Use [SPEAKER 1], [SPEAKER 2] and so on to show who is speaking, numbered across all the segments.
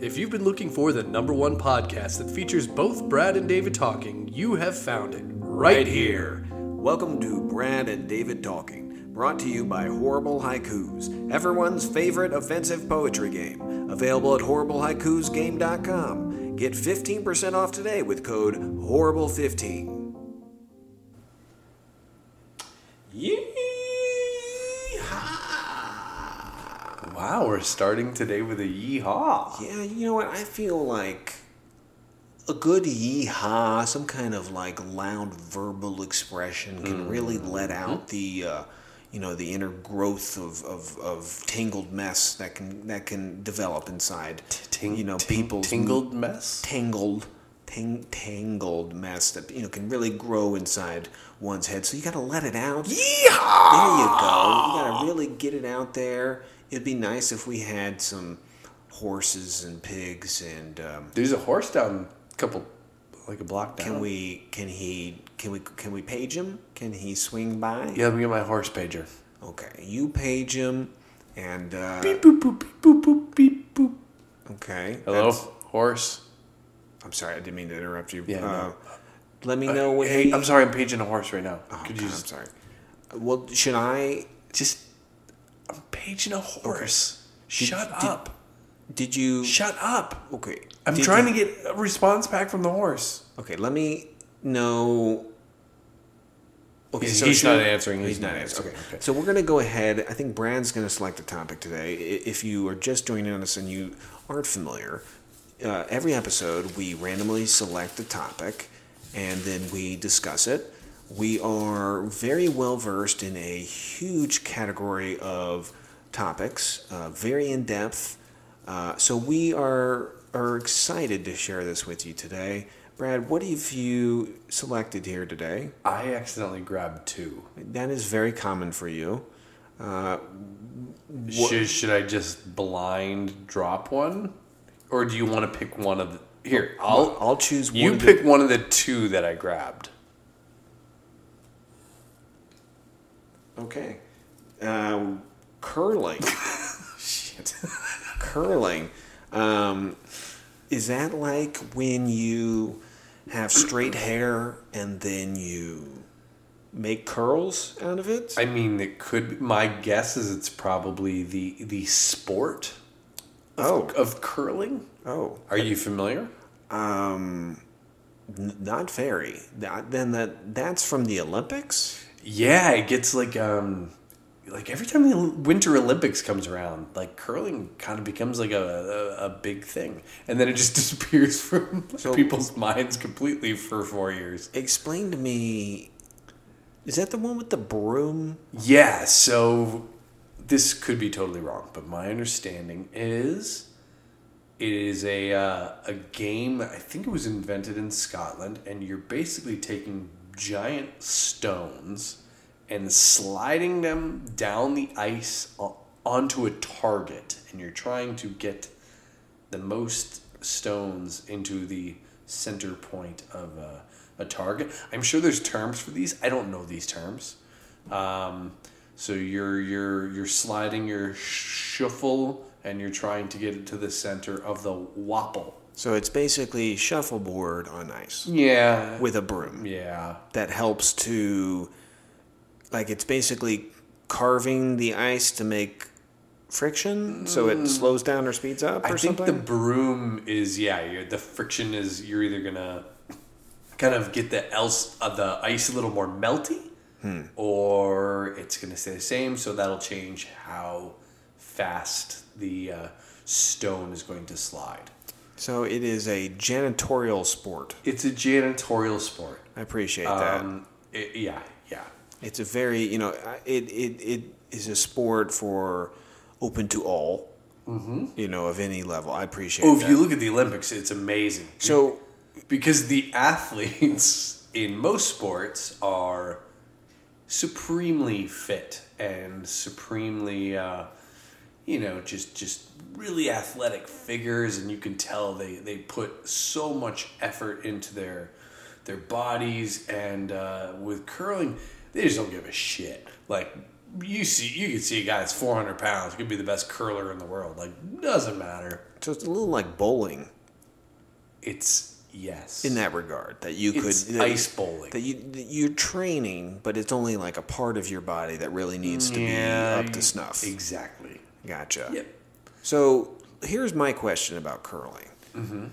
[SPEAKER 1] If you've been looking for the number one podcast that features both Brad and David talking, you have found it right here.
[SPEAKER 2] Welcome to Brad and David Talking, brought to you by Horrible Haikus, everyone's favorite offensive poetry game. Available at horriblehaikusgame.com. Get 15% off today with code HORRIBLE15. Yeehaw!
[SPEAKER 1] Wow, we're starting today with a yeehaw.
[SPEAKER 2] Yeah, you know what? I feel like a good yeehaw, some kind of like loud verbal expression can really let out the, uh, you know, the inner growth of, of, of tangled mess that can that can develop inside.
[SPEAKER 1] Ting-
[SPEAKER 2] you know,
[SPEAKER 1] ting-
[SPEAKER 2] people's
[SPEAKER 1] tingled mess.
[SPEAKER 2] tangled tang, tangled mess that you know can really grow inside one's head. So you got to let it out.
[SPEAKER 1] Yeehaw!
[SPEAKER 2] There you go. You gotta really get it out there. It'd be nice if we had some horses and pigs and um,
[SPEAKER 1] There's a horse down a couple, like a block down.
[SPEAKER 2] can we can he can we can we page him? Can he swing by?
[SPEAKER 1] Yeah, let me get my horse pager.
[SPEAKER 2] Okay, you page him and uh,
[SPEAKER 1] Beep boop boop beep boop boop beep boop.
[SPEAKER 2] okay.
[SPEAKER 1] Hello,
[SPEAKER 2] that's-
[SPEAKER 1] horse.
[SPEAKER 2] I'm sorry, I didn't mean to interrupt you.
[SPEAKER 1] Yeah, no.
[SPEAKER 2] Uh, Let me know when
[SPEAKER 1] Hey,
[SPEAKER 2] he.
[SPEAKER 1] I'm sorry, I'm paging a horse right now.
[SPEAKER 2] Oh,
[SPEAKER 1] Could
[SPEAKER 2] God,
[SPEAKER 1] you
[SPEAKER 2] I'm
[SPEAKER 1] just,
[SPEAKER 2] sorry. Well, should I?
[SPEAKER 1] just, I'm paging a horse. Shut
[SPEAKER 2] did-
[SPEAKER 1] up.
[SPEAKER 2] Did you?
[SPEAKER 1] Shut up.
[SPEAKER 2] okay.
[SPEAKER 1] I'm
[SPEAKER 2] did
[SPEAKER 1] trying
[SPEAKER 2] you-
[SPEAKER 1] to get a response back from the horse.
[SPEAKER 2] Okay, let me know. Okay,
[SPEAKER 1] He's- he's not
[SPEAKER 2] should-
[SPEAKER 1] answering,
[SPEAKER 2] He's,
[SPEAKER 1] he's
[SPEAKER 2] not
[SPEAKER 1] not
[SPEAKER 2] answering. Okay.
[SPEAKER 1] answering, okay.
[SPEAKER 2] so we're gonna go ahead. I think Brad's gonna select a topic today. I- If you are just joining us and you aren't familiar, uh, every episode we randomly select a topic, and then we discuss it. We are very well versed in a huge category of topics, uh, very in depth. Uh, so we are are excited to share this with you today. Brad, what have you selected here today?
[SPEAKER 1] I accidentally grabbed two.
[SPEAKER 2] That is very common for you.
[SPEAKER 1] Should, should I just blind drop one, or do you want to pick one of the, here? I'll
[SPEAKER 2] I'll choose one.
[SPEAKER 1] you
[SPEAKER 2] of the-
[SPEAKER 1] pick Oh, one of the two that I grabbed.
[SPEAKER 2] okay. Um, curling. Shit. curling. Um, is that like when you have straight hair and then you make curls out of it?
[SPEAKER 1] I mean, it could. Be, my guess is it's probably the the sport
[SPEAKER 2] oh.
[SPEAKER 1] of curling.
[SPEAKER 2] Oh.
[SPEAKER 1] Are you familiar?
[SPEAKER 2] Um, n- not very. That, then that that's from the Olympics.
[SPEAKER 1] Yeah, it gets like um like every time the Winter Olympics comes around, like curling kind of becomes like a, a, a big thing, and then it just disappears from people's minds completely for four years.
[SPEAKER 2] Explain to me. Is that the one with the broom?
[SPEAKER 1] Yeah, so this could be totally wrong, but my understanding is it is a uh, a game. I think it was invented in Scotland, and you're basically taking giant stones and sliding them down the ice o- onto a target, and you're trying to get the most stones into the center point of a, a target. I'm sure there's terms for these. I don't know these terms. Um, so you're you're you're sliding your shuffle and you're trying to get it to the center of the wapple.
[SPEAKER 2] So it's basically shuffleboard on ice
[SPEAKER 1] Yeah.
[SPEAKER 2] with a broom
[SPEAKER 1] Yeah.
[SPEAKER 2] that helps to, like, it's basically carving the ice to make friction, so it slows down or speeds up.
[SPEAKER 1] Mm. I
[SPEAKER 2] Or
[SPEAKER 1] think
[SPEAKER 2] something?
[SPEAKER 1] the broom is yeah. You're, the friction is you're either gonna kind of get the else uh, the ice a little more melty, Hmm. or it's gonna stay the same. So that'll change how fast the uh, stone is going to slide.
[SPEAKER 2] so it is a janitorial sport.
[SPEAKER 1] It's a janitorial sport.
[SPEAKER 2] I appreciate that.
[SPEAKER 1] Um, it, yeah, yeah.
[SPEAKER 2] It's a very you know I- it it, it is a sport for open to all. Mm-hmm. You know of any level. I appreciate.
[SPEAKER 1] Oh, if
[SPEAKER 2] that.
[SPEAKER 1] you look at the Olympics, it's amazing.
[SPEAKER 2] so
[SPEAKER 1] because the athletes in most sports are supremely fit and supremely, uh, you know, just just really athletic figures, and you can tell they they put so much effort into their their bodies, and uh, with curling, they just don't give a shit. Like. You see, you can see a guy that's 400 pounds, could be the best curler in the world. Like, doesn't matter.
[SPEAKER 2] So it's a little like bowling
[SPEAKER 1] It's yes.
[SPEAKER 2] in that regard that you
[SPEAKER 1] It's
[SPEAKER 2] could that-
[SPEAKER 1] ice bowling.
[SPEAKER 2] that you that you're training, but it's only like a part of your body that really needs to be up to snuff.
[SPEAKER 1] Exactly.
[SPEAKER 2] Gotcha.
[SPEAKER 1] e-, Yep.
[SPEAKER 2] So here's my question about curling.
[SPEAKER 1] Mm-hmm.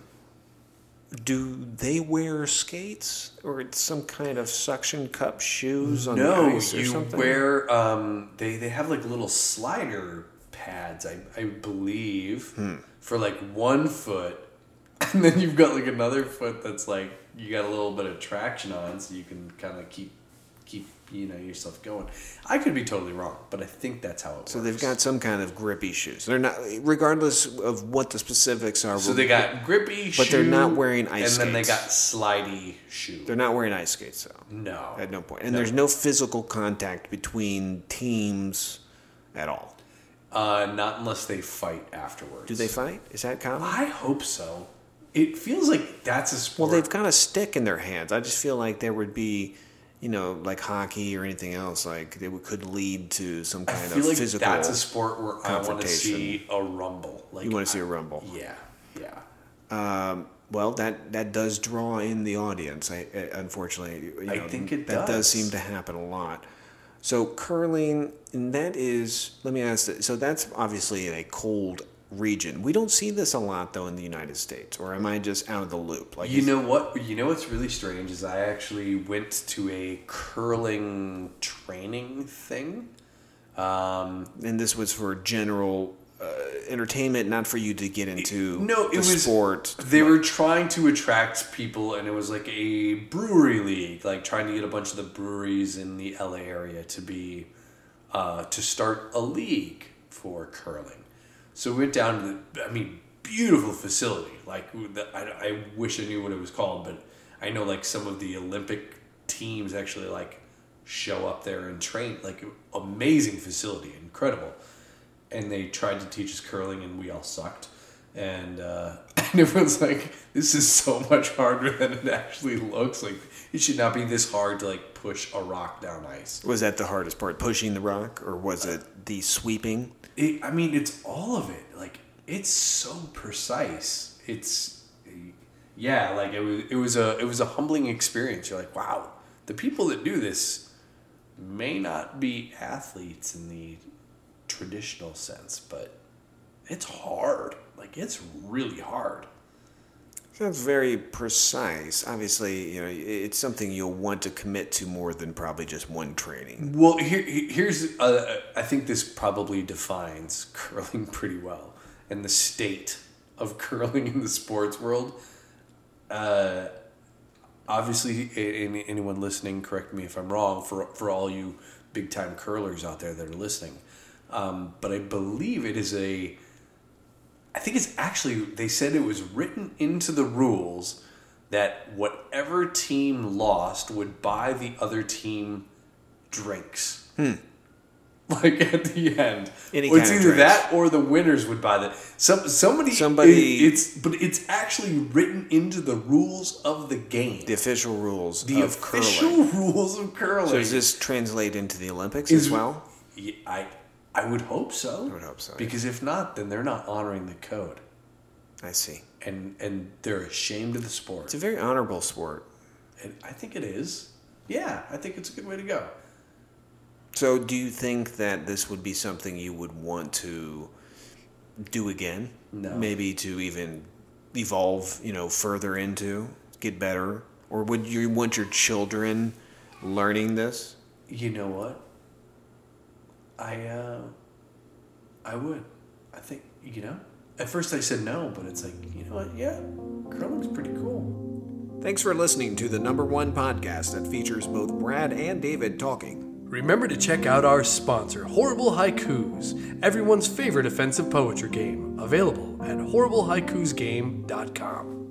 [SPEAKER 2] Do they wear skates or it's some kind of suction cup shoes on
[SPEAKER 1] no,
[SPEAKER 2] the ice or
[SPEAKER 1] you
[SPEAKER 2] something?
[SPEAKER 1] wear um, they they have like little slider pads, I I believe,
[SPEAKER 2] Hmm.
[SPEAKER 1] for like one foot, and then you've got like another foot that's like you got a little bit of traction on, so you can kind of keep keep you know yourself going. I could be totally wrong, but I think that's how it
[SPEAKER 2] so
[SPEAKER 1] works.
[SPEAKER 2] they've got some kind of grippy shoes. They're not, regardless of what the specifics are.
[SPEAKER 1] So they got grippy,
[SPEAKER 2] But they're not
[SPEAKER 1] shoe,
[SPEAKER 2] wearing ice
[SPEAKER 1] and then they
[SPEAKER 2] skates.
[SPEAKER 1] got slidey shoe.
[SPEAKER 2] They're not wearing ice skates though.
[SPEAKER 1] no,
[SPEAKER 2] At no point, and there's no physical contact between teams at all.
[SPEAKER 1] uh, not unless they fight afterwards.
[SPEAKER 2] Do they fight? Is that common?
[SPEAKER 1] I hope so. It feels like that's a sport.
[SPEAKER 2] Well, they've got a stick in their hands. I just feel like there would be, you know, like hockey or anything else, like it would- could lead to some
[SPEAKER 1] I
[SPEAKER 2] kind
[SPEAKER 1] feel
[SPEAKER 2] of
[SPEAKER 1] like
[SPEAKER 2] physical.
[SPEAKER 1] that's a sport where I want to
[SPEAKER 2] confrontation.
[SPEAKER 1] see a rumble. Like
[SPEAKER 2] you want
[SPEAKER 1] I-
[SPEAKER 2] to see a rumble?
[SPEAKER 1] Yeah, yeah.
[SPEAKER 2] Um, well, that that does draw in the audience. I, I unfortunately, you
[SPEAKER 1] I
[SPEAKER 2] know,
[SPEAKER 1] think it
[SPEAKER 2] that
[SPEAKER 1] does.
[SPEAKER 2] seem to happen a lot. So curling, and that is. Let me ask. This, so that's obviously in a cold region. We don't see this a lot though in the United States. Or am I just out of the loop? Like
[SPEAKER 1] You
[SPEAKER 2] is-
[SPEAKER 1] know what? You know what's really strange is I actually went to a curling training thing. Um,
[SPEAKER 2] and this was for general uh, entertainment, not for you to get into
[SPEAKER 1] no, it
[SPEAKER 2] the
[SPEAKER 1] was-
[SPEAKER 2] sport.
[SPEAKER 1] they were trying to attract people, and it was like a brewery league, like trying to get a bunch of the breweries in the LA area to be uh, to start a league for curling. So we went down to the, I mean, beautiful facility. Like the, I, I wish I knew what it was called, but I know like some of the Olympic teams actually like show up there and train. Like amazing facility, incredible. And they tried to teach us curling, and we all sucked. And, uh, and everyone's like, "This is so much harder than it actually looks. Like it should not be this hard to like push a rock down ice."
[SPEAKER 2] Was that the hardest part, pushing the rock, or was it the sweeping?
[SPEAKER 1] it, I mean, it's all of it. Like it's so precise. It's yeah, like it was. It was a it was a humbling experience. You're like, wow, the people that do this may not be athletes in the traditional sense, but it's hard. Like it's really hard.
[SPEAKER 2] Sounds very precise. Obviously, you know, it's something you'll want to commit to more than probably just one training.
[SPEAKER 1] Well, here, he- here's uh, I think this probably defines curling pretty well and the state of curling in the sports world. Uh, obviously, a- any, anyone listening, correct me if I'm wrong. For for all you big time curlers out there that are listening, um, but I believe it is a. I think it's actually they said it was written into the rules that whatever team lost would buy the other team drinks. Like at the end,
[SPEAKER 2] Hmm. Any
[SPEAKER 1] Well, it's
[SPEAKER 2] kind of
[SPEAKER 1] either
[SPEAKER 2] drinks.
[SPEAKER 1] that or the winners would buy that. Some somebody
[SPEAKER 2] Somebody-
[SPEAKER 1] it- it's but it's actually written into the rules of the game.
[SPEAKER 2] The official rules
[SPEAKER 1] The
[SPEAKER 2] of
[SPEAKER 1] official
[SPEAKER 2] curling.
[SPEAKER 1] rules of curling.
[SPEAKER 2] So does this translate into the Olympics
[SPEAKER 1] Is-
[SPEAKER 2] as well?
[SPEAKER 1] Yeah, I I would hope so. I
[SPEAKER 2] would hope so, yeah.
[SPEAKER 1] Because if not, then they're not honoring the code,
[SPEAKER 2] I see.
[SPEAKER 1] and and they're ashamed of the sport.
[SPEAKER 2] It's a very honorable sport.
[SPEAKER 1] And I think it is. Yeah, I think it's a good way to go.
[SPEAKER 2] So, do you think that this would be something you would want to do again?
[SPEAKER 1] No.
[SPEAKER 2] Maybe to even evolve, you know, further into, get better? Or would you want your children learning this?
[SPEAKER 1] You know what? I uh, I would. I think you know. At first, I said no, but it's like you know what? Yeah, curling's pretty cool.
[SPEAKER 2] Thanks for listening to the number one podcast that features both Brad and David talking.
[SPEAKER 3] Remember to check out our sponsor, Horrible Haikus, everyone's favorite offensive poetry game, available at horriblehaikusgame.com.